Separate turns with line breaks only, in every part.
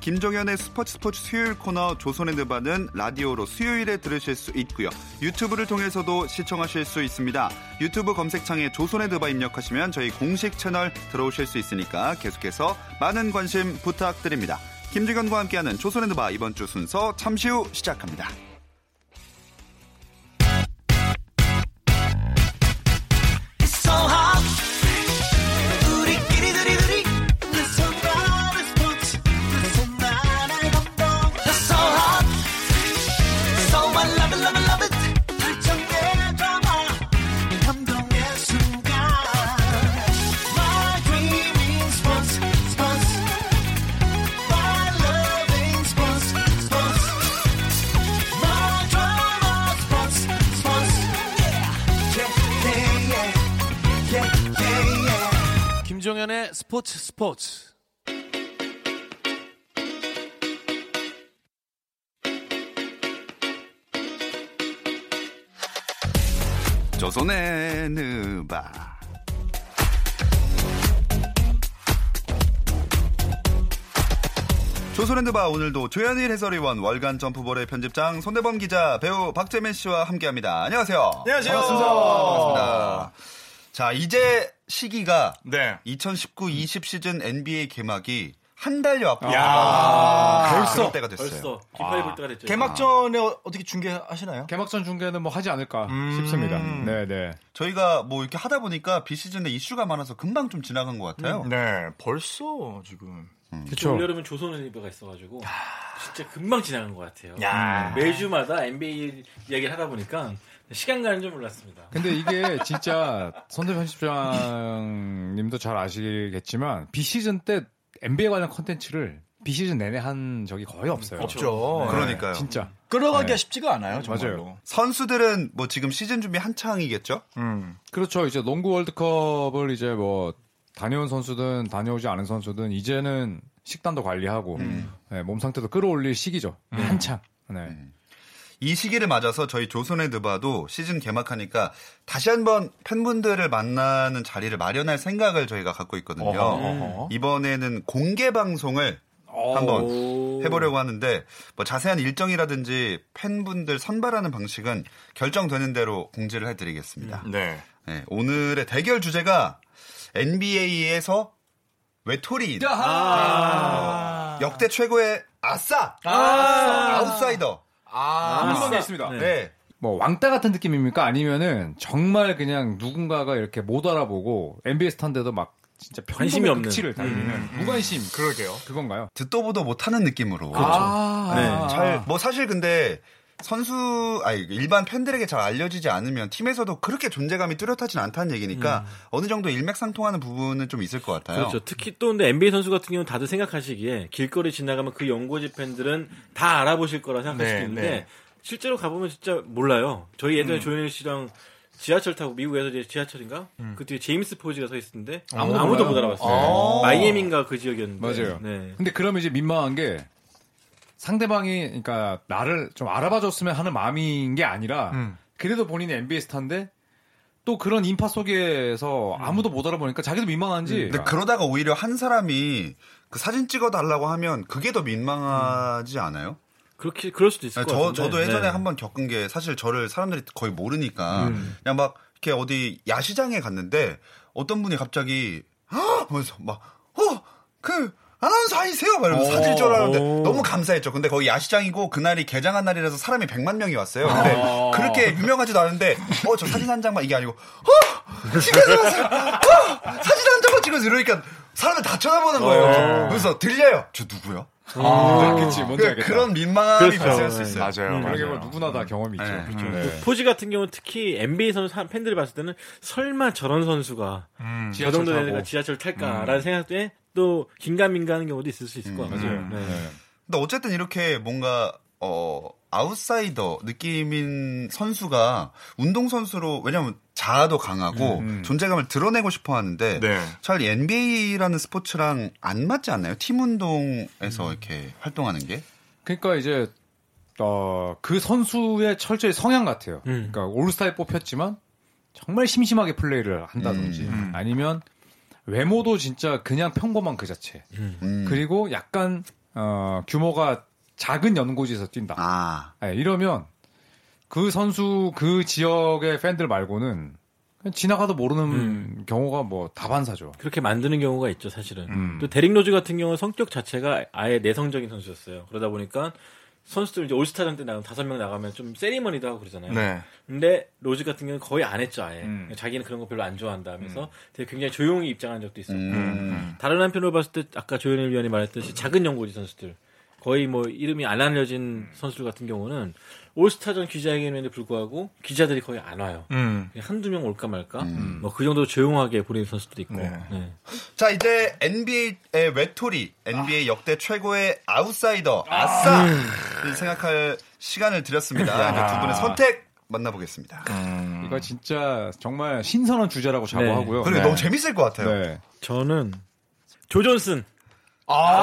김종현의 스포츠 스포츠 수요일 코너 조선의 드바는 라디오로 수요일에 들으실 수 있고요. 유튜브를 통해서도 시청하실 수 있습니다. 유튜브 검색창에 조선의 드바 입력하시면 저희 공식 채널 들어오실 수 있으니까 계속해서 많은 관심 부탁드립니다. 김종현과 함께하는 조선의 드바 이번 주 순서 잠시 후 시작합니다.
so hot. 우리끼리 두리두리. We're so proud of sports. We're so mad at football. We're so hot. So I love it, love it, love it. 발전의 드라마. 감동의 순간. My dream is sports, sports. My love is sports, sports. My drama, sports, sports.
김종현의 스포츠 스포츠.
조선의 느바 조선랜드바 오늘도 조현일 해설위원 월간 점프볼의 편집장 손대범 기자 배우 박재민 씨와 함께합니다. 안녕하세요.
안녕하세요.
반갑습니다. 자 이제 시기가
네.
2019-20 시즌 NBA 개막이 한 달여 앞으로 아,
야,
그럴
벌써.
때가 됐어요. 아,
벌써 깃발이 볼 때가 됐죠.
개막전에 어- 어떻게 중계하시나요?
개막전 중계는 뭐 하지 않을까
음.
싶습니다. 네네.
저희가 뭐 이렇게 하다 보니까 비시즌에 이슈가 많아서 금방 좀 지나간 것 같아요.
네, 벌써 지금.
그쵸.
올 여름은 조선의 리버가 있어가지고 진짜 금방 지나간 것 같아요.
야.
매주마다 NBA 이야기를 하다 보니까 시간 가는 줄 몰랐습니다.
근데 이게 진짜 선대 편집장님도 잘 아시겠지만 비시즌 때 NBA 관련 컨텐츠를 비시즌 내내 한 적이 거의 없어요. 네,
없죠.
그러니까요. 음.
진짜.
그렇죠. 끌어가기가
네.
쉽지가 않아요, 정말로.
맞아요.
선수들은 뭐 지금 시즌 준비 한창이겠죠?
음.
그렇죠. 이제 농구 월드컵을 이제 뭐 다녀온 선수든 다녀오지 않은 선수든 이제는 식단도 관리하고
음.
네, 몸 상태도 끌어올릴 시기죠. 한창. 네.
음. 이 시기를 맞아서 저희 조선의 드바도 시즌 개막하니까 다시 한번 팬분들을 만나는 자리를 마련할 생각을 저희가 갖고 있거든요.
어허.
이번에는 공개 방송을 한번
오.
해보려고 하는데 뭐 자세한 일정이라든지 팬분들 선발하는 방식은 결정되는 대로 공지를 해드리겠습니다.
네.
네, 오늘의 대결 주제가 NBA에서 외톨이인
아.
아.
역대 최고의 아싸 아웃사이더
아,
있습니다.
네.
네.
뭐 왕따 같은 느낌입니까? 아니면은 정말 그냥 누군가가 이렇게 못 알아보고 NBA 스타인데도 막 진짜
관심이
평범의
없는.
극치를 달리는 무관심
그러게요.
그건가요?
듣도 보도 못하는 느낌으로
아,
네,
잘, 뭐 사실 근데 선수, 아니, 일반 팬들에게 잘 알려지지 않으면 팀에서도 그렇게 존재감이 뚜렷하진 않다는 얘기니까 어느 정도 일맥상통하는 부분은 좀 있을 것 같아요.
음. 그렇죠. 특히 또 근데 NBA 선수 같은 경우는 다들 생각하시기에 길거리 지나가면 그 연고지 팬들은 다 알아보실 거라 생각할
네,
수도 있는데
네.
실제로 가보면 진짜 몰라요. 저희 예전에 조현일 씨랑 지하철 타고 미국에서 이제 지하철인가? 그 뒤에 제임스 포지가 서 있었는데 아무도, 못 알아봤어요. 마이애미인가 그 지역이었는데.
맞아요.
네.
근데 그러면 이제 민망한 게 상대방이 그러니까 나를 좀 알아봐줬으면 하는 마음인 게 아니라 그래도 본인이 NBA 스타인데 또 그런 인파 속에서 아무도 못 알아보니까 자기도 민망한지
근데 네, 그러다가 오히려 한 사람이 그 사진 찍어달라고 하면 그게 더 민망하지 않아요?
그렇게 그럴 수도 있을 것
아, 저,
같은데.
저도 예전에
네.
한번 겪은 게 사실 저를 사람들이 거의 모르니까
음.
그냥 막 이렇게 어디 야시장에 갔는데 어떤 분이 갑자기 아! 하면서 막 어! 그 아나운서 아니세요? 막 이러면서 사진 줄 알았는데 너무 감사했죠. 근데 거기 야시장이고 그날이 개장한 날이라서 사람이 100만 명이 왔어요. 근데
아.
그렇게 유명하지도 않은데 어 저 사진 한 장만 이게 아니고 어! 집에서 왔어요. 어! 사진 한 장만 찍어서 이러니까 사람들 다 쳐다보는
어.
거예요. 그래서 들려요. 저 누구야?
아, 그치 뭔지 알겠다.
네, 그런 민망함이
그렇죠.
발생할 수 있어요.
맞아요.
그러게
맞아요.
뭐 누구나 다 경험이 있죠.
네.
그렇죠. 네.
포지 같은 경우는 특히 NBA 선수 사- 팬들이 봤을 때는 설마 저런 선수가 저 정도
지하철
내가
타고.
지하철 탈까라는 생각에 또 네. 긴가민가 하는 경우도 있을 수 있을 것 같아요.
네.
근데 어쨌든 이렇게 뭔가 어 아웃사이더 느낌인 선수가 운동선수로, 왜냐면 자아도 강하고 존재감을 드러내고 싶어 하는데,
네.
잘 NBA라는 스포츠랑 안 맞지 않나요? 팀 운동에서 이렇게 활동하는 게?
그러니까 이제 어, 그 선수의 철저히 성향 같아요.
음.
그러니까 올스타에 뽑혔지만 정말 심심하게 플레이를 한다든지
음.
아니면 외모도 진짜 그냥 평범한 그 자체.
음.
그리고 약간 어, 규모가 작은 연고지에서 뛴다.
아,
예, 이러면 그 선수 그 지역의 팬들 말고는 그냥 지나가도 모르는
음.
경우가 뭐 다반사죠.
그렇게 만드는 경우가 있죠, 사실은.
음.
또 데릭 로즈 같은 경우는 성격 자체가 아예 내성적인 선수였어요. 그러다 보니까 선수들 이제 올스타전 때 나가면 다섯 명 나가면 좀 세리머니도 하고 그러잖아요.
네.
근데 로즈 같은 경우는 거의 안 했죠, 아예.
음.
자기는 그런 거 별로 안 좋아한다 하면서 되게 굉장히 조용히 입장한 적도 있었고.
음.
다른 한편으로 봤을 때 아까 조현일 위원이 말했듯이 작은 연고지 선수들 거의 뭐 이름이 안 알려진 선수들 같은 경우는 올스타전 기자회견에도 불구하고 기자들이 거의 안 와요.
음.
그냥 한두 명 올까 말까 뭐 그 정도 로 조용하게 보내는 선수들이 있고
네.
네.
자, 이제 NBA의 외톨이, NBA 역대 최고의 아웃사이더, 아싸! 를 생각할 시간을 드렸습니다. 이제 두 분의 선택 만나보겠습니다.
이거 그러니까 진짜 정말 신선한 주제라고 자부하고요.
음. 네. 그리고 너무 재밌을 것 같아요.
네.
저는 조존슨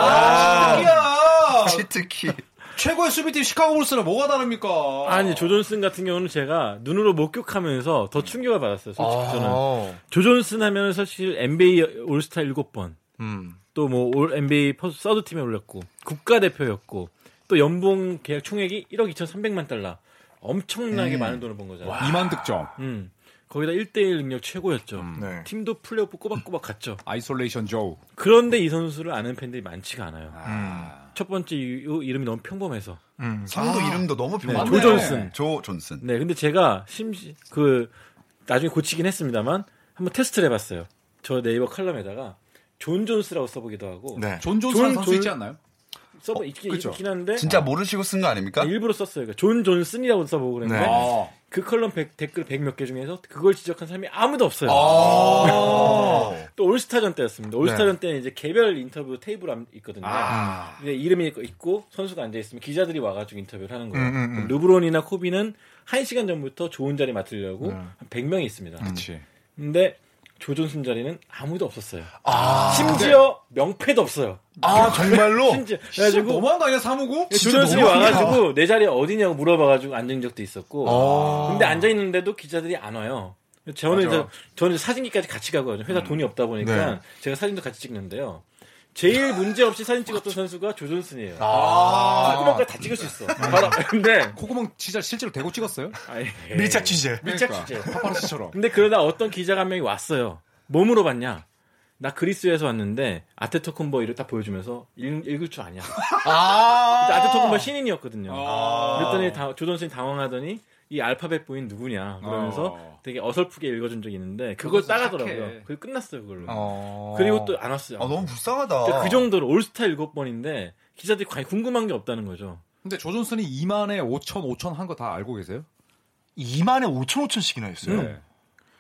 아. 특히
최고의 수비팀 시카고 불스는 뭐가 다릅니까?
아니 조존슨 같은 경우는 제가 눈으로 목격하면서 더 충격을 받았어요. 솔직히 저는
어.
조존슨 하면 사실 NBA 올스타 7번
음.
또 뭐 올 NBA 퍼- 서드 팀에 올렸고 국가대표였고 또 연봉 계약 총액이 1억 2,300만 달러
음.
엄청나게 많은 돈을 번 거잖아요.
2만 득점.
음. 거기다 1대1 능력 최고였죠.
네.
팀도 플레이오프 꼬박꼬박 갔죠.
아이솔레이션 조우.
그런데 이 선수를 아는 팬들이 많지가 않아요.
음.
첫 번째 이유, 이름이 너무 평범해서.
음.
성도 이름도 너무
네,
평범해.
조 존슨.
조 존슨.
네, 근데 제가 심지 그 나중에 고치긴 했습니다만 한번 테스트를 해봤어요. 저 네이버 칼럼에다가 존 존스라고 써보기도 하고
네.
존 존슨
존-
선수
존- 네.
있지 않나요?
써보 있긴,
그쵸.
있긴 한데
진짜 모르시고 쓴 거 아닙니까?
일부러 썼어요. 그러니까 존 존슨이라고 써보고 그랬는데
네.
아.
그 컬럼 100, 댓글 100 몇 개 중에서 그걸 지적한 사람이 아무도 없어요. 또 올스타전 때였습니다. 올스타전 때는 이제 개별 인터뷰 테이블 안- 있거든요.
아.
근데 이름이 있고- 있고 선수가 앉아 있으면 기자들이 와가지고 인터뷰를 하는 거예요.
음, 음, 음.
르브론이나 코비는 1 시간 전부터 좋은 자리 맡으려고 한 100명이 있습니다.
그렇지.
근데 조존슨 자리는 아무도 없었어요. 심지어 명패도 없어요.
아, 정말로?
심지어
진짜
그래가지고 네,
너무한 거 아니야 사무고?
조존슨이 와가지고 내 자리 어디냐고 물어봐가지고 앉은 적도 있었고. 근데 앉아 있는데도 기자들이 안 와요. 저는 이제, 저는 이제 사진기까지 같이 가거든요.
음.
회사 돈이 없다 보니까
네.
제가 사진도 같이 찍는데요. 제일 문제 없이 사진 찍었던 선수가 조존슨이에요.
아.
아.
콧구멍까지 다 찍을 수 있어. 바로 앞에. 근데
콧구멍 진짜 실제로 대고 찍었어요?
아이, 에이.
밀착 취재.
밀착
그러니까.
취재.
파파라치처럼.
근데 그러다 어떤 기자가 한 명이 왔어요. 뭐 물어봤냐? 나 그리스에서 왔는데 아테토쿤보 이를 딱 보여주면서 읽, 을줄 아냐? 아~ 테토쿤보 신인이었거든요. 그랬더니 다- 조던슨이 당황하더니 이 알파벳 보인 누구냐 그러면서
어.
되게 어설프게 읽어준 적이 있는데 그걸
조던슨 착해.
따가더라고요. 그게 끝났어요 그걸로.
아.
그리고 또 안 왔어요.
아, 너무
그러니까
불쌍하다.
그 정도로 올스타 7번인데 기자들이 과연 궁금한 게 없다는 거죠.
근데 조존슨이 2만에 5천, 5천 한 거 다 알고 계세요?
2만에 5천 5천씩이나 했어요.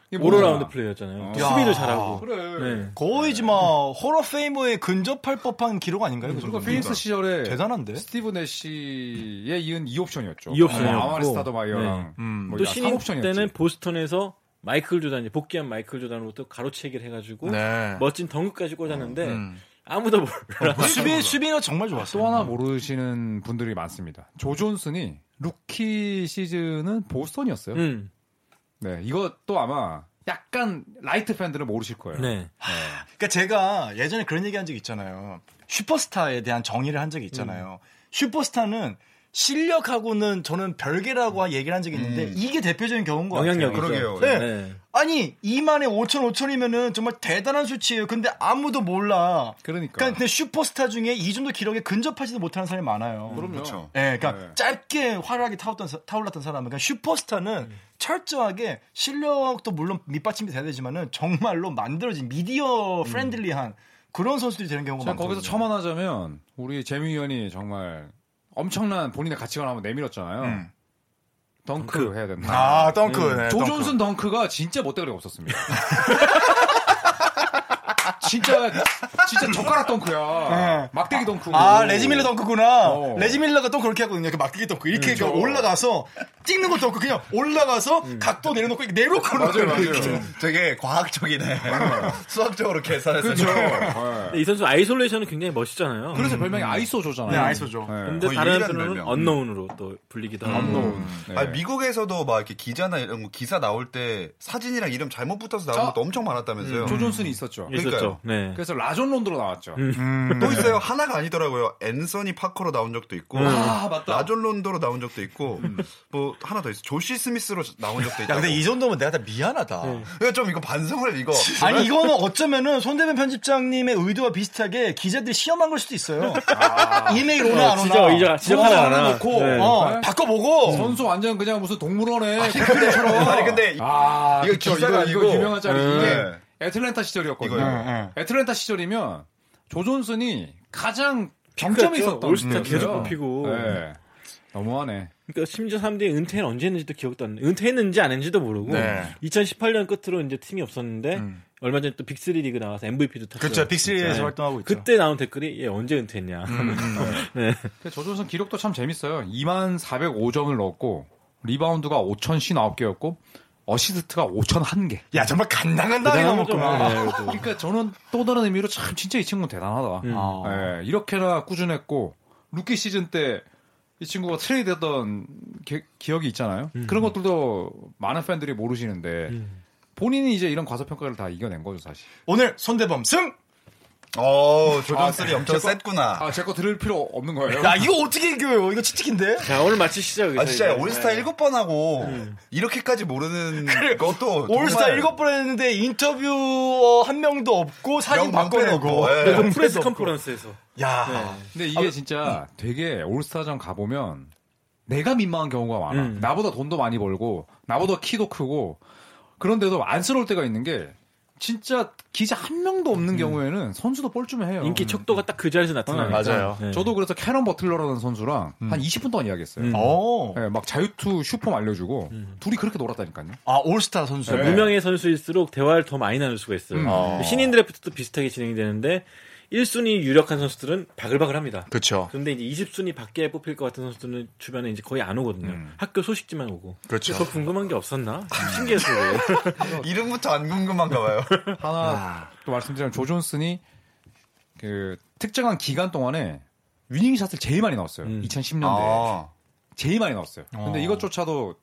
이게 모르잖아.
오로라운드 플레이였잖아요.
어.
수비도
야.
잘하고.
그래.
네.
거의 지마 호러페이머에 근접할 법한 기록 아닌가요? 그
그리고
정도면?
피닉스 그러니까 네. 시절에
대단한데.
스티브 내시에 이은 2옵션이었죠. 네,
이 옵션이었고. 네.
아마리 스타더마이어랑
음.
뭐
또
야,
신인
3옵션이었지.
때는 보스턴에서 마이클 조단 이제 복귀한 마이클 조단으로부터 가로채기를 해가지고
네.
멋진 덩크까지 꽂았는데
음. 어,
아무도 몰라.
수비 수비는 정말
또
좋았어요.
하나 뭐. 모르시는 분들이 많습니다. 조존슨이 루키 시즌은 보스턴이었어요.
음,
네, 이것도 아마 약간 라이트 팬들은 모르실 거예요.
네.
그러니까 제가 예전에 그런 얘기한 적이 있잖아요. 슈퍼스타에 대한 정의를 한 적이 있잖아요. 슈퍼스타는 실력하고는 저는 별개라고 얘기를 한 적이 있는데
음.
이게 대표적인 경우인 것
영향력이죠.
같아요.
그러게요.
네. 아니 2만에 5천 5천이면은 정말 대단한 수치예요. 근데 아무도 몰라.
그러니까.
그러니까 근데 슈퍼스타 중에 이 정도 기록에 근접하지도 못하는 사람이 많아요.
그럼요.
그렇죠.
예, 그러니까
네.
짧게 화려하게 타올랐던, 사- 타올랐던 사람은 그러니까 슈퍼스타는
음.
철저하게 실력도 물론 밑받침이 돼야 되지만은 정말로 만들어진 미디어 프렌들리한 그런 선수들이 되는 경우가
제가
많거든요.
음. 거기서 첨언하자면 우리 재미 위원이 정말 엄청난 본인의 가치관 한번 내밀었잖아요.
음.
덩크, 해야 된다.
아, 덩크.
음,
네,
조존슨 덩크. 가 진짜 못대가리가 없었습니다. 진짜 진짜 젓가락 덩크야.
네.
막대기 덩크.
아 레지밀러 덩크구나.
어. 음,
레지밀러가 덩크 그렇게 하거든요. 이렇게 막기기 덩크 이렇게 그러니까 올라가서 찍는 것도 없고 그냥 올라가서 각도 내려놓고 이렇게 내려놓고
음. 맞아요, 맞아요.
되게 과학적이네. 수학적으로 계산해서. 네.
그렇죠.
근데 이 선수 아이솔레이션은 굉장히 멋있잖아요. 음.
그래서 별명이 아이소조잖아요.
네, 아이소조.
음.
근데
거의
다른
유일한
분은
별명.
언노운으로 또 불리기도 하고.
네.
아 미국에서도 막 이렇게 기자나 이런 거 기사 나올 때 사진이랑 이름 잘못 붙어서 나오는
저- 음,
것도 엄청 많았다면서요.
조존슨이 있었죠.
있었죠. 네.
그래서 라존 론드로 나왔죠.
또 있어요. 하나가 아니더라고요. 앤서니 파커로 나온 적도 있고,
음.
아, 맞다.
라존 론도로 나온 적도 있고, 뭐 하나 더 있어. 조시 스미스로 나온 적도 있다.
야, 근데 이 정도면 내가 다 미안하다.
네.
좀 이거 반성을 이거.
아니 이거는 어쩌면은 손대변 편집장님의 의도와 비슷하게 기자들이 시험한 걸 수도 있어요. 아. 어, 이메일 오나 안 오나.
지적, 의자, 지적하나 안 하나.
놓고
네.
어, 바꿔보고.
선수 완전 그냥 무슨 동물원에
아니 근데 이-
아,
이거
그쵸.
기사가
이거, 이거
이거.
유명한 짤이
네.
이게 애틀랜타 시절이었거든요.
이거요.
네,
애틀랜타 시절이면 조존슨이 가장 병점이
그렇죠.
있었던
올스타
선수였어요.
계속 뽑히고.
음. 네. 너무하네.
그러니까 심지어 사람들이 은퇴는 언제 했는지도 기억도 안 나. 은퇴했는지 안 했는지도 모르고 2018년 끝으로 이제 팀이 없었는데 얼마 전에 또 빅3 리그 나와서 MVP도 탔어요.
그렇죠. 빅3에서
네.
활동하고 있죠.
그때 나온 댓글이 얘 언제 은퇴했냐.
근데 조존슨 기록도 참 재밌어요. 2만 405점을 넣었고 리바운드가 5,059개였고 어시스트가 5,001개.
야 정말 간당한 당이
그다음은 좀,
넘었구나.
네, 그래도.
그러니까 저는 또 다른 의미로 참 진짜 이 친구는 대단하다.
음.
예, 이렇게나 꾸준했고 루키 시즌 때 이 친구가 트레이드했던 기- 기억이 있잖아요.
음.
그런 것들도 많은 팬들이 모르시는데 본인이 이제 이런 과소평가를 다 이겨낸 거죠 사실.
오늘 손대범 승.
어 조정슬이
네.
아,
엄청
제거-
셌구나.
아 제 거 들을 필요 없는 거예요.
야 이거 어떻게 이겨요? 이거 치트킨데.
자 오늘 마치시죠. 여기서
아 진짜
이제.
올스타
네.
일곱 번 하고 이렇게까지 모르는 것도
올스타
정말
일곱 번 했는데 인터뷰어 한 명도 없고 사진
명패도
바꿔내고. 네.
없고, 예.
그 프레스 컨퍼런스에서 네.
야.
근데
아,
이게 진짜
음.
되게 올스타전 가보면 내가 민망한 경우가 많아.
음.
나보다 돈도 많이 벌고, 나보다 키도 크고, 그런데도 안쓰러울 때가 있는 게, 진짜 기자 한 명도 없는 경우에는 선수도 뻘쭘해 해요.
음. 인기 척도가 딱 그 자리에서 나타나니까.
맞아요.
네.
아. 저도 그래서 캐런 버틀러라는 선수랑 한 20분 동안 이야기했어요.
음.
어.
예, 막 자유투 슈폼 알려주고, 둘이 그렇게 놀았다니까요.
아 올스타 선수.
그러니까 무명의 선수일수록 대화를 더 많이 나눌 수가 있어요.
음.
신인 드래프트도 비슷하게 진행이 되는데 1순위 유력한 선수들은 바글바글합니다.
그렇죠.
근데 이제 20순위 밖에 뽑힐 것 같은 선수들은 주변에 이제 거의 안 오거든요. 학교 소식지만 오고.
그렇죠.
더 궁금한 게 없었나? 신기해서. 그래요.
이름부터 안 궁금한가 봐요.
하나 또 말씀드리면 조존슨이 그 특정한 기간 동안에 위닝샷을 제일 많이 넣었어요.
음. 아.
2010년대에.
아,
제일 많이 넣었어요. 근데 이것조차도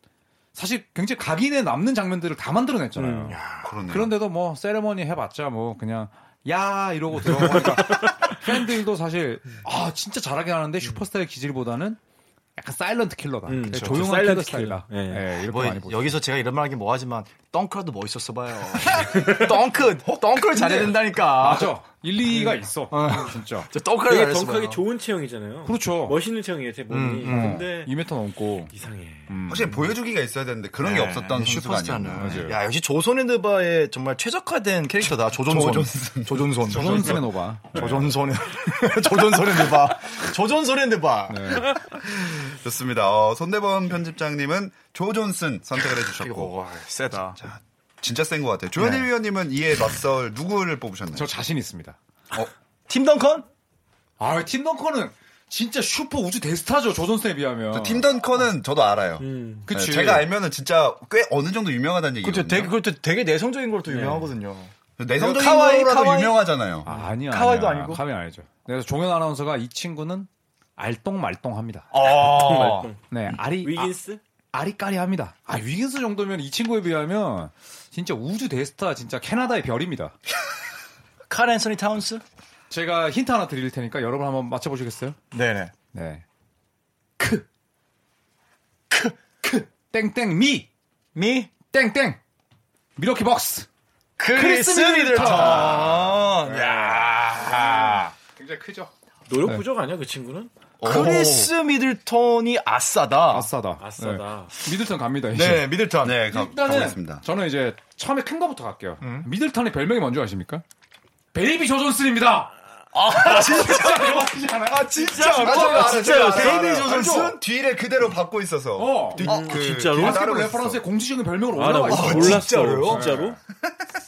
사실 굉장히 각인에 남는 장면들을 다 만들어냈잖아요.
음.
그러네.
그런데도 뭐 세레머니 해봤자 뭐 그냥 야 이러고 들어가니까 팬들도 사실 아 진짜 잘하긴 하는데 슈퍼스타의 기질보다는 약간 사일런트 킬러다.
음,
그냥
그렇죠.
조용한
사일런트
킬러 스타일이다.
킬러. 예.
예, 이렇게
뭐
많이 보죠.
여기서 제가 이런 말하긴 뭐하지만 덩크라도 멋있었어 봐요. 덩크, 덩크를 잘해야 된다니까.
맞아 일리가 음. 있어. 진짜.
저 덩크를
되게
잘했어.
덩크하기
봐요.
좋은 체형이잖아요.
그렇죠.
멋있는 체형이에요, 제 몸이. 근데
2m 넘고
이상해.
음. 확실히 보여주기가 있어야 되는데 그런 게 없었던 선수가 아니었나.
맞아요.
네. 슈퍼스타는. 네. 야 역시 조선의 드바에 정말 최적화된 캐릭터다. 조존손. 조존손. 조존손.
조존슨의 노바.
조존손의 조존손의 드바. 조존손의 드바.
좋습니다. 어, 손대범 편집장님은 조 존슨 선택을 해주셨고
이거 뭐, 네. 와, 세다.
진짜 센 것 같아요. 조현일 위원님은 이에 맞설 누구를 뽑으셨나요?
저 자신 있습니다.
팀 덩컨?
아, 팀 덩커는 진짜 슈퍼 우주 대스타죠. 조선스에 비하면.
아.
저 팀던커는 저도 알아요.
음,
음.
그치.
네, 제가 알면은 진짜 꽤 어느 정도 유명하다는 얘기거든요. 네,
그렇죠. 되게 그것도 되게 내성적인 걸또 유명하거든요.
내성적인
카와이,
거라도
카와이.
유명하잖아요.
아, 아니야.
카와이도
아니야.
아니고?
카와이 아니죠. 그래서 종현 아나운서가 이 친구는 알똥말똥합니다.
아.
네, 아리
위긴스?
아, 리까리합니다아 위긴스 정도면 이 친구에 비하면 진짜 우주 대스타 진짜 캐나다의 별입니다.
칼 앤서니 타운스?
제가 힌트 하나 드릴 테니까 여러분 한번 맞춰보시겠어요?
네네.
네. 크, 크, 크, 땡땡 미,
미?
땡땡 미러키 벅스.
크리스 미들턴. 야.
굉장히 크죠.
노력 부족 아니야, 그 친구는?
크리스 미들턴이 아싸다.
아싸다.
아싸다.
네. 미들턴 갑니다. 이제.
네, 미들턴.
네, 가,
일단은
가보겠습니다.
저는 이제 처음에 큰 거부터 갈게요. 미들턴의 별명이 뭔지 아십니까? 베이비 조존슨입니다.
아, 진짜. 아, 진짜. 아,
아, 진짜요?
세이비 조선슨?
알죠? 뒤를 그대로 받고 있어서.
어.
뒤- 그,
진짜로?
뒤에
바스켓볼
따르고 있었어.
아, 레퍼런스의 공식적인 별명으로
아, 나
올라와 있어.
몰랐어. 진짜로?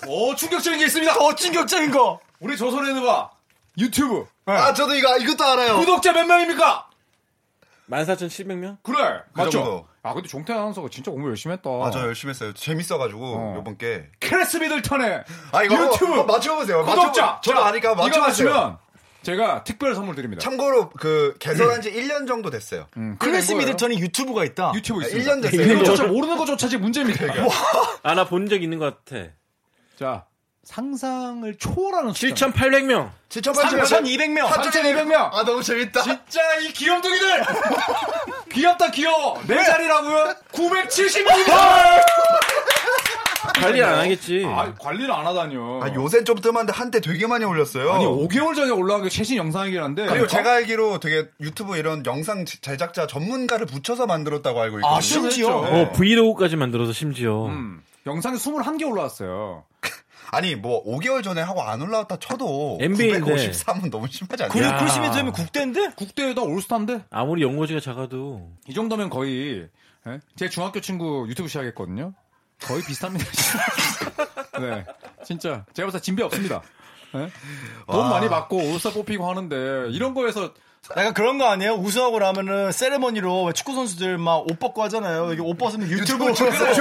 오 충격적인 게
어,
있습니다.
더 충격적인 거.
우리 조선의 누바 유튜브
아, 저도 이거, 이것도 알아요.
구독자 몇 명입니까?
14,700명?
그래
그 정도.
맞죠? 아 근데 종태 아나운서가 진짜 공부 열심히 했다.
아, 저 열심히 했어요. 재밌어가지고,
어.
요번 게.
크레스 미들턴의
아, 이거
유튜브
한번 맞춰보세요.
구독자.
맞춰보- 저도
자,
아니까
이거
맞춰보세요.
맞추면 제가 특별 선물 드립니다.
참고로, 그, 개설한 지 1년 정도 됐어요.
음, 그래
크리스
된 거예요.
미들턴이 유튜브가 있다.
유튜브 있습니다.
아, 1년 됐어요.
이거
이거조차 모르는 것조차 지금 문제입니다.
아, 나 본 적 있는 것 같아.
자 상상을 초월하는 숫자.
7,800명.
3,200명.
3,200명.
아, 너무 재밌다.
진짜 이 귀염둥이들 귀엽다 귀여워 내 자리라고요?
아.
970명
관리 안 하겠지.
아, 관리를 안 하다니요
아, 요새 좀 뜸한데 한때 되게 많이 올렸어요.
아니 5개월 전에 올라온 게 최신 영상이긴 한데 음,
그리고 제가 알기로 되게 유튜브 이런 영상 제- 제작자 전문가를 붙여서 만들었다고 알고 있거든요.
아, 심지어.
네.
어, 브이로그까지 만들어서 심지어.
음, 영상이 21개 올라왔어요
아니 뭐 5개월 전에 하고 안 올라왔다 쳐도
NBA 인데.
953은 너무 심하지 않냐?
그러니까
그리고
야.
크리스 미들턴이 국대인데?
국대에다 올스타인데
아무리 연고지가 작아도.
이 정도면 거의 예? 제 중학교 친구 유튜브 시작했거든요 거의 비슷합니다 진짜. 네 진짜 제가 봤을 때 진배 없습니다 예? 돈 많이 받고 올스타 뽑히고 하는데 이런 거에서
약간 그런 거 아니에요? 우승하고 나면은 세레머니로 왜 축구 선수들 막 옷 벗고 하잖아요. 여기 옷 벗으면 유튜브 좋아요.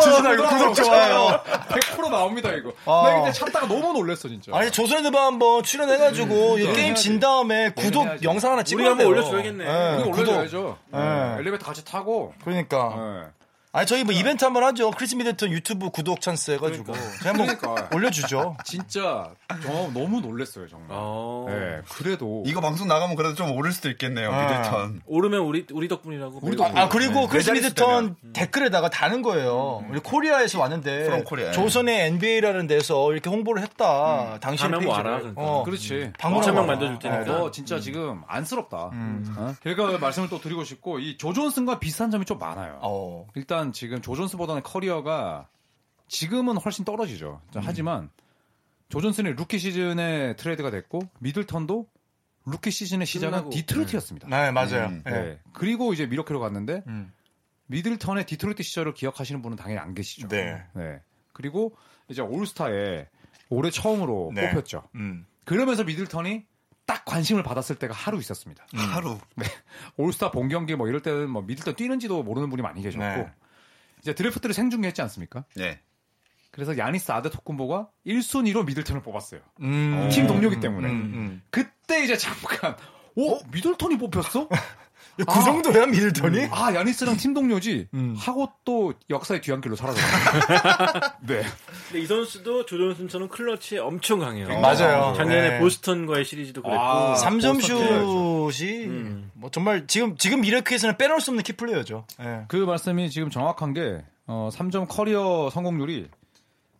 주선하고 구독 좋아요.
100% 나옵니다 이거.
아.
나 근데 참다가 너무 놀랬어 진짜.
아니 조선의드바 한번 출연해가지고 이
음,
게임
해야지.
진 다음에 구독
해야지.
영상 하나
우리
찍어야
한번
돼요.
올려줘야겠네.
예,
이거
구독.
올려줘야죠.
네.
엘리베이터 같이 타고.
그러니까.
네.
아니 저희 뭐 이벤트 한번 하죠. 크리스 미들턴 유튜브 구독 찬스 해가지고 제가 한번
그러니까.
올려주죠.
진짜 저 너무 놀랬어요
아.
정말.
어.
네, 그래도
이거 방송 나가면 그래도 좀 오를 수도 뭐. 있겠네요.
아.
미들턴.
오르면 우리, 우리 덕분이라고. 네.
우리
매일
덕분.
아 그리고 크리스
매장에서
미들턴 댓글에다가 다는 거예요.
음.
우리 코리아에서 왔는데
From Korea.
조선의 NBA라는 데서 이렇게 홍보를
음.
했다. 당신의
가면 뭐
페이지를.
알아, 그러니까.
어. 네,
그렇지.
방문
어,
한번
어,
만들어줄 테니까.
어,
음.
너 진짜 지금 안쓰럽다. 어? 제가 말씀을 또 드리고 싶고 이 조존슨과 비슷한 점이 좀 많아요.
어.
일단 지금 조존스보다는 커리어가 지금은 훨씬 떨어지죠. 자,
음.
하지만 조존슨이 루키 시즌에 트레이드가 됐고 미들턴도 루키 시즌의 시작은
끝나고.
디트로이트였습니다.
네 맞아요.
음,
예.
네. 그리고 이제 미러키로 갔는데
음.
미들턴의 디트로이트 시절을 기억하시는 분은 당연히 안 계시죠.
네.
그리고 이제 올스타에 올해 처음으로
네.
뽑혔죠.
음.
그러면서 미들턴이 딱 관심을 받았을 때가 하루 있었습니다.
하루.
올스타 본 경기 뭐 이럴 때는 뭐 미들턴 뛰는지도 모르는 분이 많이 계셨고
네.
이제 드래프트를 생중계했지 않습니까?
네.
그래서 야니스 아데토쿤보가 1순위로 미들턴을 뽑았어요.
음.
팀 동료기 때문에.
음.
그때 이제 잠깐 오 미들턴이 뽑혔어?
그
아.
정도야 미들턴이?
아 야니스랑 팀 동료지
음.
하고 또 역사의 뒤안길로 사라졌어요. 네.
근데 이 선수도 조존슨처럼 클러치에 엄청 강해요.
맞아요.
작년에
네.
보스턴과의 시리즈도 그랬고.
아,
3점
보스턴
슛이
음.
뭐 정말 지금 지금 미러키에서는 빼놓을 수 없는 키플레이어죠. 예.
그 말씀이 지금 정확한 게 어, 3점 커리어 성공률이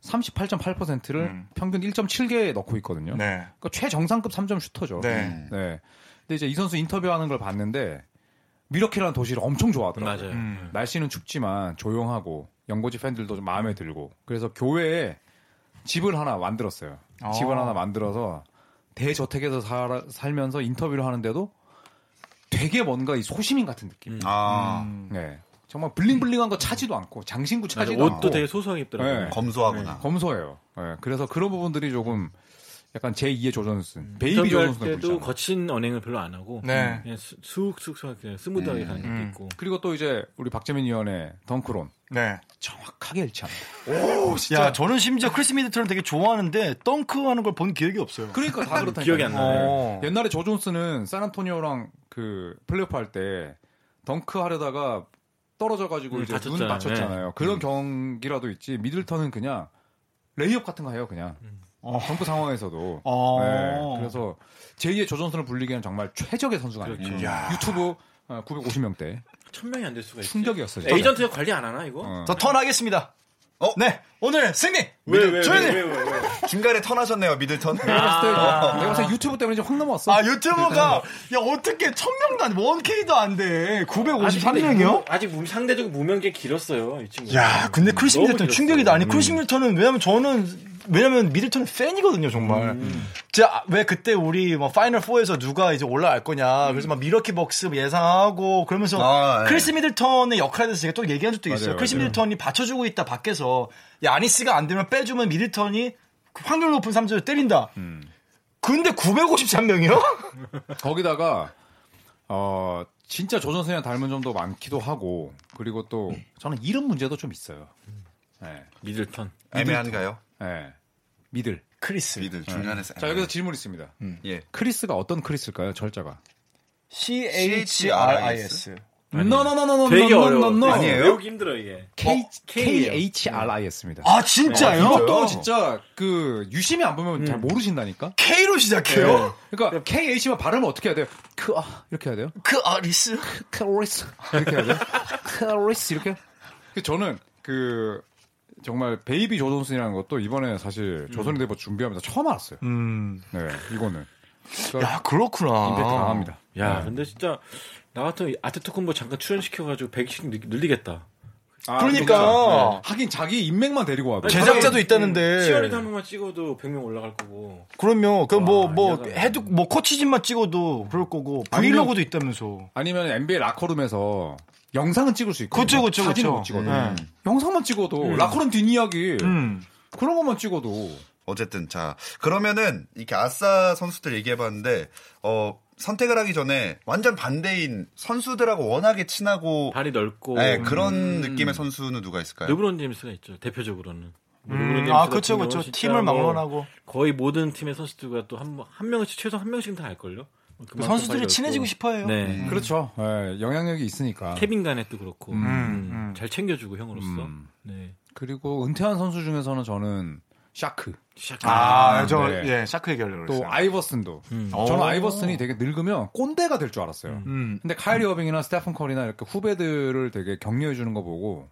38.8%를 평균 1.7개 넣고 있거든요.
음. 네.
그러니까 최정상급 3점 슈터죠.
네.
음.
네. 근데 이제 이 선수 인터뷰하는 걸 봤는데 미러키라는 도시를 엄청 좋아하더라고요.
맞아요.
음.
날씨는 춥지만 조용하고 연고지 팬들도 좀 마음에 들고 그래서 교회에 집을 하나 만들었어요.
아.
집을 하나 만들어서 대저택에서 살아, 살면서 인터뷰를 하는데도 되게 뭔가 이 소시민 같은 느낌.
아,
네. 정말 블링블링한 거 차지도 않고 장신구
맞아,
차지도
옷도
않고
되게 소소하게 입더라고요.
네.
검소하구나.
검소해요. 네. 그래서 그런 부분들이 조금 약간 제2의 조전슨, 베이비
음. 인터뷰할
조전슨을
때도
부르잖아요.
거친 언행을 별로 안 하고
네.
그냥 수- 쑥쑥쑥 그냥 스무드하게 가는 것도 있고
그리고 또 이제 우리 박재민 위원의 덩크론
네.
정확하게 일치합니다.
야, 저는 심지어 크리스 미들턴을 되게 좋아하는데 덩크하는 걸 본 기억이 없어요.
그러니까 다 그렇다니까.
기억이 안 나네.
어.
옛날에 저 존스는 샌안토니오랑 그 플레이오프 할 때 덩크 하려다가 떨어져가지고
음,
이제 눈
다쳤잖아요. 네. 음.
다쳤잖아요. 그런 경기라도 있지. 미들턴은 그냥 레이업 같은 거 해요, 그냥.
음. 어.
덩크 상황에서도.
어.
네, 그래서 제2의 조존슨을 불리기에는 정말 최적의 선수가 아니죠.
그렇죠.
유튜브 어, 950명대
천 명이 안 될 수가 있지.
충격이었어요. 진짜.
에이전트가 관리 안 하나 이거?
음. 어.
저 턴하겠습니다.
어?
네. 오늘 승리. 조현일.
중간에 네. 턴하셨네요, 미들턴.
아.
내가 봤을 때, 아. 내가 봤을 때 유튜브 때문에 이제 확 넘어왔어.
아, 유튜브가 야, 어떻게 1000명도 안 돼. 1K도 안 돼. 953명이요?
어, 아직 무- 상대적으로 무명계 길었어요 이 친구.
야, 근데 크리스
음, 너무
미들턴
길었어요.
충격이다. 아니, 크리스 미들턴은 왜냐면 저는 왜냐면 미들턴은 팬이거든요, 정말. 진짜 왜 그때 우리 뭐 파이널 4에서 누가 이제 올라갈 거냐. 그래서 막 미러키 벅스 예상하고 그러면서
아, 예.
크리스 미들턴의 역할에 대해서 제가 또 얘기한 적도 있어요.
맞아요,
크리스
맞아요.
미들턴이 받쳐주고 있다 밖에서 야 아니스가 안 되면 빼주면 미들턴이 그 확률 높은 3점을 때린다. 근데 953명이요?
거기다가 어 진짜 조선생이랑 닮은 점도 많기도 하고 그리고 또 저는 이름 문제도 좀 있어요. 예.
미들턴.
애매한가요?
예. 미들.
크리스.
미들 중간에서.
자 여기서 질문 있습니다.
예.
크리스가 어떤 크리스일까요? 절자가.
CHRIS.
노노노노노
되게 어려워.
아니에요?
외우기 힘들어 이게.
K K
K예요.
H R I S입니다.
아, 진짜요?
이것도 진짜 그 유심히 안 보면 잘 모르신다니까.
K로 시작해요?
그러니까 K H만 발음을 어떻게 해야 돼요? 크 아, 이렇게 해야 돼요?
그 아리스?
크리스 이렇게 해야 돼요? 크리스 이렇게. 그 저는 그 정말 베이비 조존슨이라는 것도 이번에 사실 조선의 대법 준비하면서 처음 알았어요.
음.
네, 이거는
야, 그렇구나.
임팩트 강합니다.
야,
네.
근데 진짜 나 같은 이 아테토쿤보 잠깐 출연시켜가지고 100씩 늘리겠다.
아,
그러니까.
네. 하긴 자기 인맥만 데리고 와도
네, 제작자도
시월에
있다는데.
한 번만 찍어도 100명 올라갈 거고.
그럼요. 그럼 뭐,
와,
뭐,
이해가 안
해도, 뭐, 코치진만 찍어도 그럴 거고, 브이로그도 있다면서.
아니면 NBA 라커룸에서 영상은 찍을 수 있고
그쵸, 그쵸,
사진은
그쵸.
못 찍어도
네.
영상만 찍어도 라커룸 뒷이야기
음.
그런 것만 찍어도
어쨌든 자 그러면은 이렇게 아싸 선수들 얘기해봤는데 어 선택을 하기 전에 완전 반대인 선수들하고 워낙에 친하고
발이 넓고.
네, 그런 느낌의 선수는 누가 있을까요?
르브론 제임스가 있죠. 대표적으로는. 르브론
음.
제임스
아,
같은
그쵸,
네. 경우는
그쵸.
진짜
팀을
뭐
막론하고.
거의 모든 팀의 선수들과 또 한 한 명씩 최소 한 명씩 다 알걸요. 그만큼
선수들이
발이
친해지고
넓고.
싶어 해요. 음.
네.
그렇죠. 예, 영향력이 있으니까.
케빈 간에도 그렇고
음,
음,
음.
잘 챙겨주고 형으로서
음.
네
그리고 은퇴한 선수 중에서는 저는 샤크
시작
아, 저,
네.
예, 샤크 얘기하려고
또
그랬어요.
아이버슨도
음.
저는
오.
아이버슨이 되게 늙으면 꼰대가 될 줄 알았어요.
음.
근데 카이리 어빙이나 스테픈 커리나 이렇게 후배들을 되게 격려해 주는 거 보고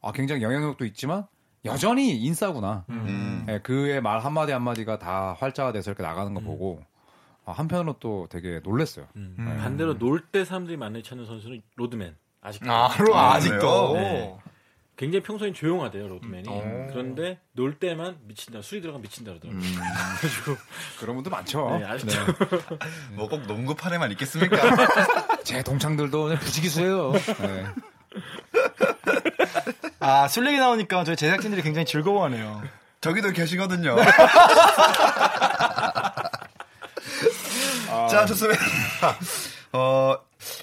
아 굉장히 영향력도 있지만 여전히 인싸구나.
음.
예, 그의 말 한마디 한마디가 다 활자가 돼서 이렇게 나가는 거 보고 아, 한편으로 또 되게 놀랬어요.
음. 반대로 놀 때 사람들이 많이 찾는 선수는 로드맨 아직도
아, 그럼
아,
아직도.
그래요?
네. 굉장히 평소엔 조용하대요 로드맨이 그런데 놀 때만 미친다 술이 들어가면 미친다 그러더라고요 그래가지고
그런 분들 많죠.
네, 아직도
뭐 꼭 농구판에만 있겠습니까?
아, 제 동창들도 그냥 부지기수예요. 네.
아, 술 얘기 나오니까 저희 제작진들이 굉장히 즐거워하네요.
저기도 계시거든요. 아. 자 좋습니다. 어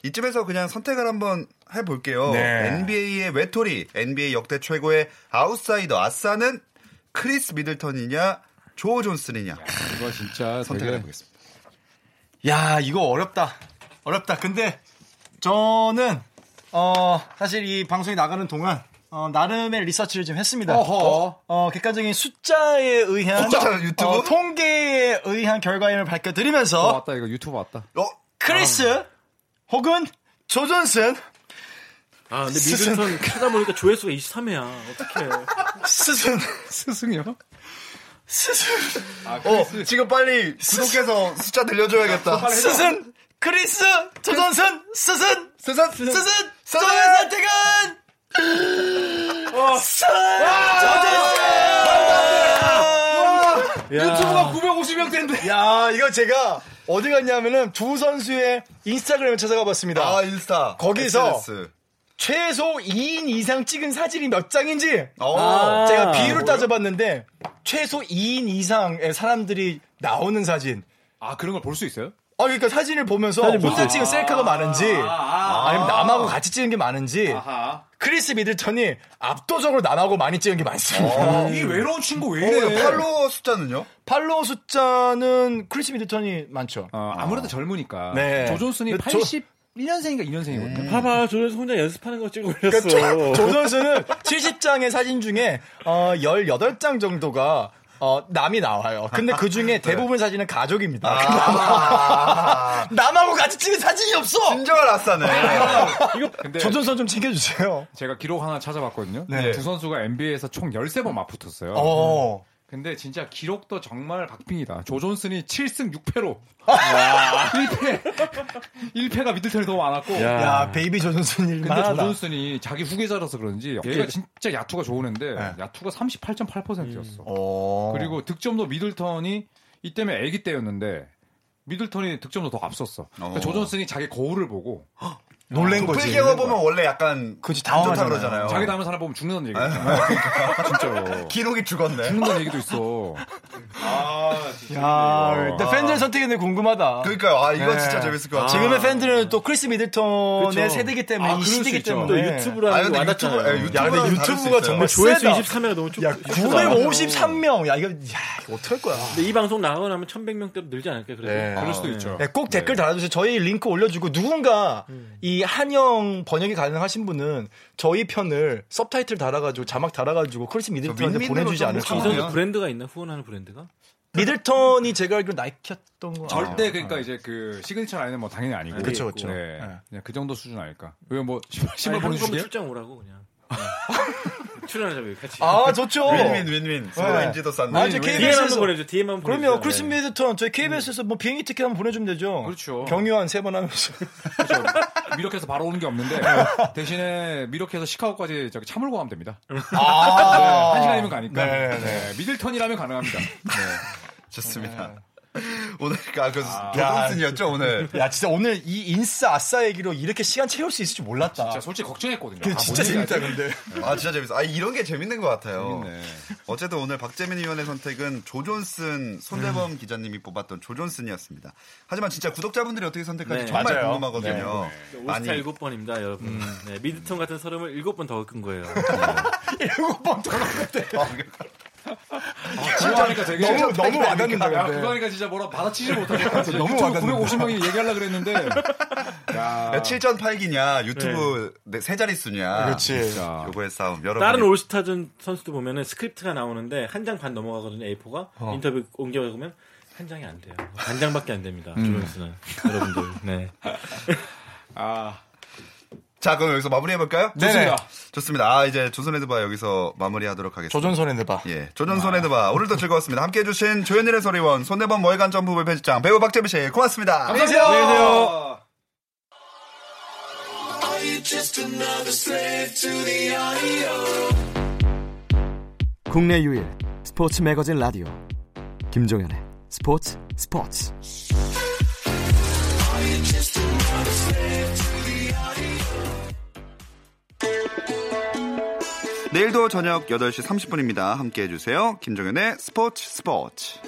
이쯤에서 그냥 선택을 한번 해볼게요. NBA의 외톨이, NBA 역대 최고의 아웃사이더 아싸는 크리스 미들턴이냐, 조 존슨이냐
이거 진짜
선택을
되게
해보겠습니다.
야, 이거 어렵다. 어렵다. 근데 저는 어, 사실 이 방송이 나가는 동안 어, 나름의 리서치를 좀 했습니다.
어허.
어, 객관적인 숫자에 의한
숫자 유튜브?
어, 통계에 의한 결과임을 밝혀드리면서
어, 왔다 이거 유튜브 왔다.
어
크리스 혹은 조존슨
아 근데 미들턴 찾아보니까 조회수가 23회야 어떡해
스승
스승이요?
스승
어, 지금 빨리 구독해서 숫자 늘려줘야겠다.
스승 크리스 조존슨 스승
스산
스승 저의 선택은 스승 조존슨
유튜브가 950명 된대.
야, 이거 제가 어디 갔냐면은 두 선수의 인스타그램을 찾아가 봤습니다.
아 인스타
거기서
SNS.
최소 2인 이상 찍은 사진이 몇 장인지 아,
어.
제가 비율을 따져봤는데 최소 2인 이상의 사람들이 나오는 사진.
아 그런 걸 볼 수 있어요?
아, 그러니까 사진을 보면서 혼자 찍은 셀카가 많은지 아, 니면 남하고 같이 찍은 게 많은지
아.
크리스 미들턴이 압도적으로 남하고 많이 찍은 게 많습니다.
이 외로운 친구 왜
어, 팔로워 숫자는요?
팔로워 숫자는 크리스 미들턴이 많죠.
어, 아무래도 젊으니까.
네.
조존슨이
근데 저-
81년생인가 2년생이거든요.
봐봐 조회수 혼자 연습하는 거 찍어
그러니까 조-
올렸어
조 선수는 70장의 사진 중에 어, 18장 정도가 어, 남이 나와요. 근데 그 중에 대부분 사진은 가족입니다. 남하고 같이 찍은 사진이 없어.
진정한 아싸네.
근데
조준선 좀 챙겨주세요.
제가 기록 하나 찾아봤거든요.
네.
두 선수가 NBA에서 총 13번 맞붙었어요.
어,
근데 진짜 기록도 정말 박빙이다. 조 존슨이 7승 6패로 아. 1패 1패가 미들턴이 더 많았고
야.
야 베이비 조존슨
근데
일만하다.
조 존슨이 자기 후계자라서 그런지 얘가 진짜 야투가 좋은 애인데
네.
야투가 음. 38.8%였어.
어.
그리고 득점도 미들턴이 이때면 애기 때였는데 미들턴이 득점도 더 앞섰어. 그러니까
어.
조 존슨이 자기 거울을 보고
그
놀란 거지.
풀개어 보면 원래 약간
그치,
안 좋다
당황하잖아요.
그러잖아요.
자기 닮은 사람 보면 죽는다는
아.
얘기야. 진짜로.
기록이 죽었네.
죽는다는 얘기도 있어.
야, 근데
아.
팬들 선택이 되게 궁금하다.
그러니까요. 아, 이거
네.
진짜 재밌을 것 같아요.
지금의 팬들은 또 크리스 미들턴의
그쵸.
세대기 때문에
아,
이
그럴 수
시대기
있죠.
또
때문에
아,
유튜브라는 게
근데 유튜브,
와닿잖아요.
예,
야,
유튜브랑
근데
다를 수
유튜브가
있어요.
정말
조회수
세다.
23회가 너무 쭉.
야,
크다.
953명. 야, 이거, 야, 이거 어떡할 거야.
근데 이 방송 나가고 나면 1100명대로 늘지 않을까 그래도.
네. 그럴 수도 있죠.
네, 꼭 댓글 달아주세요. 저희 링크 올려주고 누군가 이 한영 번역이 가능하신 분은 저희 편을 섭타이틀 달아가지고 자막 달아가지고 크리스 미들턴한테
윈윈으로
보내주지
좀
이
않을까.
상황이-
선수 브랜드가 있나? 후원하는 브랜드가?
미들턴이 제가 알기로 나이키였던 거.
절대 그러니까 이제 그 시그니처 라인은 뭐 당연히 아니고.
아. 그쵸, 그쵸.
네.
네.
그냥 그 정도 수준 아닐까. 왜 뭐 신발
아니, 한국 한번
보내주게?
출장 오라고 그냥. 네. 출연하자고 여기 같이.
아, 좋죠.
윈윈 윈윈. 서로
네.
인지도 쌓는.
아, 이제
DM 한번
KBS에서.
보내줘. DM 한번 보내줘. 네.
그럼요. 네. 크리스 미들턴 저희 KBS에서 뭐 비행기 티켓 한번 보내주면 되죠.
그렇죠.
경유한 세 번 하면서.
미력해서 바로 오는 게 없는데
네.
대신에 미력해서 시카고까지 저기 차 몰고 가면 됩니다. 네.
아,
한 시간이면 가니까.
네, 아.
네,
네.
미들턴이라면 가능합니다.
좋습니다. 오늘 아, 그
야,
조동순이었죠 오늘.
야, 진짜 오늘 이 인싸 아싸 얘기로 이렇게 시간 채울 수 있을 줄 몰랐다.
제가 솔직히 걱정했거든요.
근데
아,
진짜
뭔 얘기하지?
재밌다, 근데.
아 진짜 재밌어. 아 이런 게 재밌는 것 같아요.
재밌네.
어쨌든 오늘 박재민 위원의 선택은 조존슨 손대범 기자님이 뽑았던 조존슨이었습니다. 하지만 진짜 구독자분들이 어떻게 선택할지
네.
정말
맞아요.
궁금하거든요. 많이
오스타 일곱 번입니다 여러분. 네, 미드턴 같은 서름을 일곱 번 더 끈 거예요. 네.
일곱 번 돌아갔대.
진짜 하니까 되게
너무,
진짜
너무 와닿는다,
야,
근데.
그거 하니까 진짜 뭐라 받아치지 못하겠다. 진짜
너무
유튜브
와닿는다.
950명이 얘기하려고 그랬는데. 야.
아. 7전 8기냐 유튜브 네. 세 자릿수냐
그렇지.
진짜.
요거의 싸움 여러분
다른 올스타전 선수도 보면은 스크립트가 나오는데 한 장 반 넘어가거든요. A4가 인터뷰 옮겨가 보면 한 장이 안 돼요. 반 장밖에 안 됩니다. 조선수는 여러분들. 네.
아.
자 그럼 여기서 마무리해 볼까요?
네네.
좋습니다. 아 이제 조선헤드바 여기서 마무리하도록 하겠습니다.
조전선에 내봐.
예, 조전손헤드바 오늘도 즐거웠습니다. 함께해주신 조현일의 소리원 손대범 월간 점프부 편집장 배우 박재민 씨 고맙습니다.
안녕하세요.
Are you just another slave to the audio?
국내 유일 스포츠 매거진 라디오 김종현의 스포츠 스포츠
내일도 저녁 8시 30분입니다. 함께해주세요. 김종현의 스포츠 스포츠.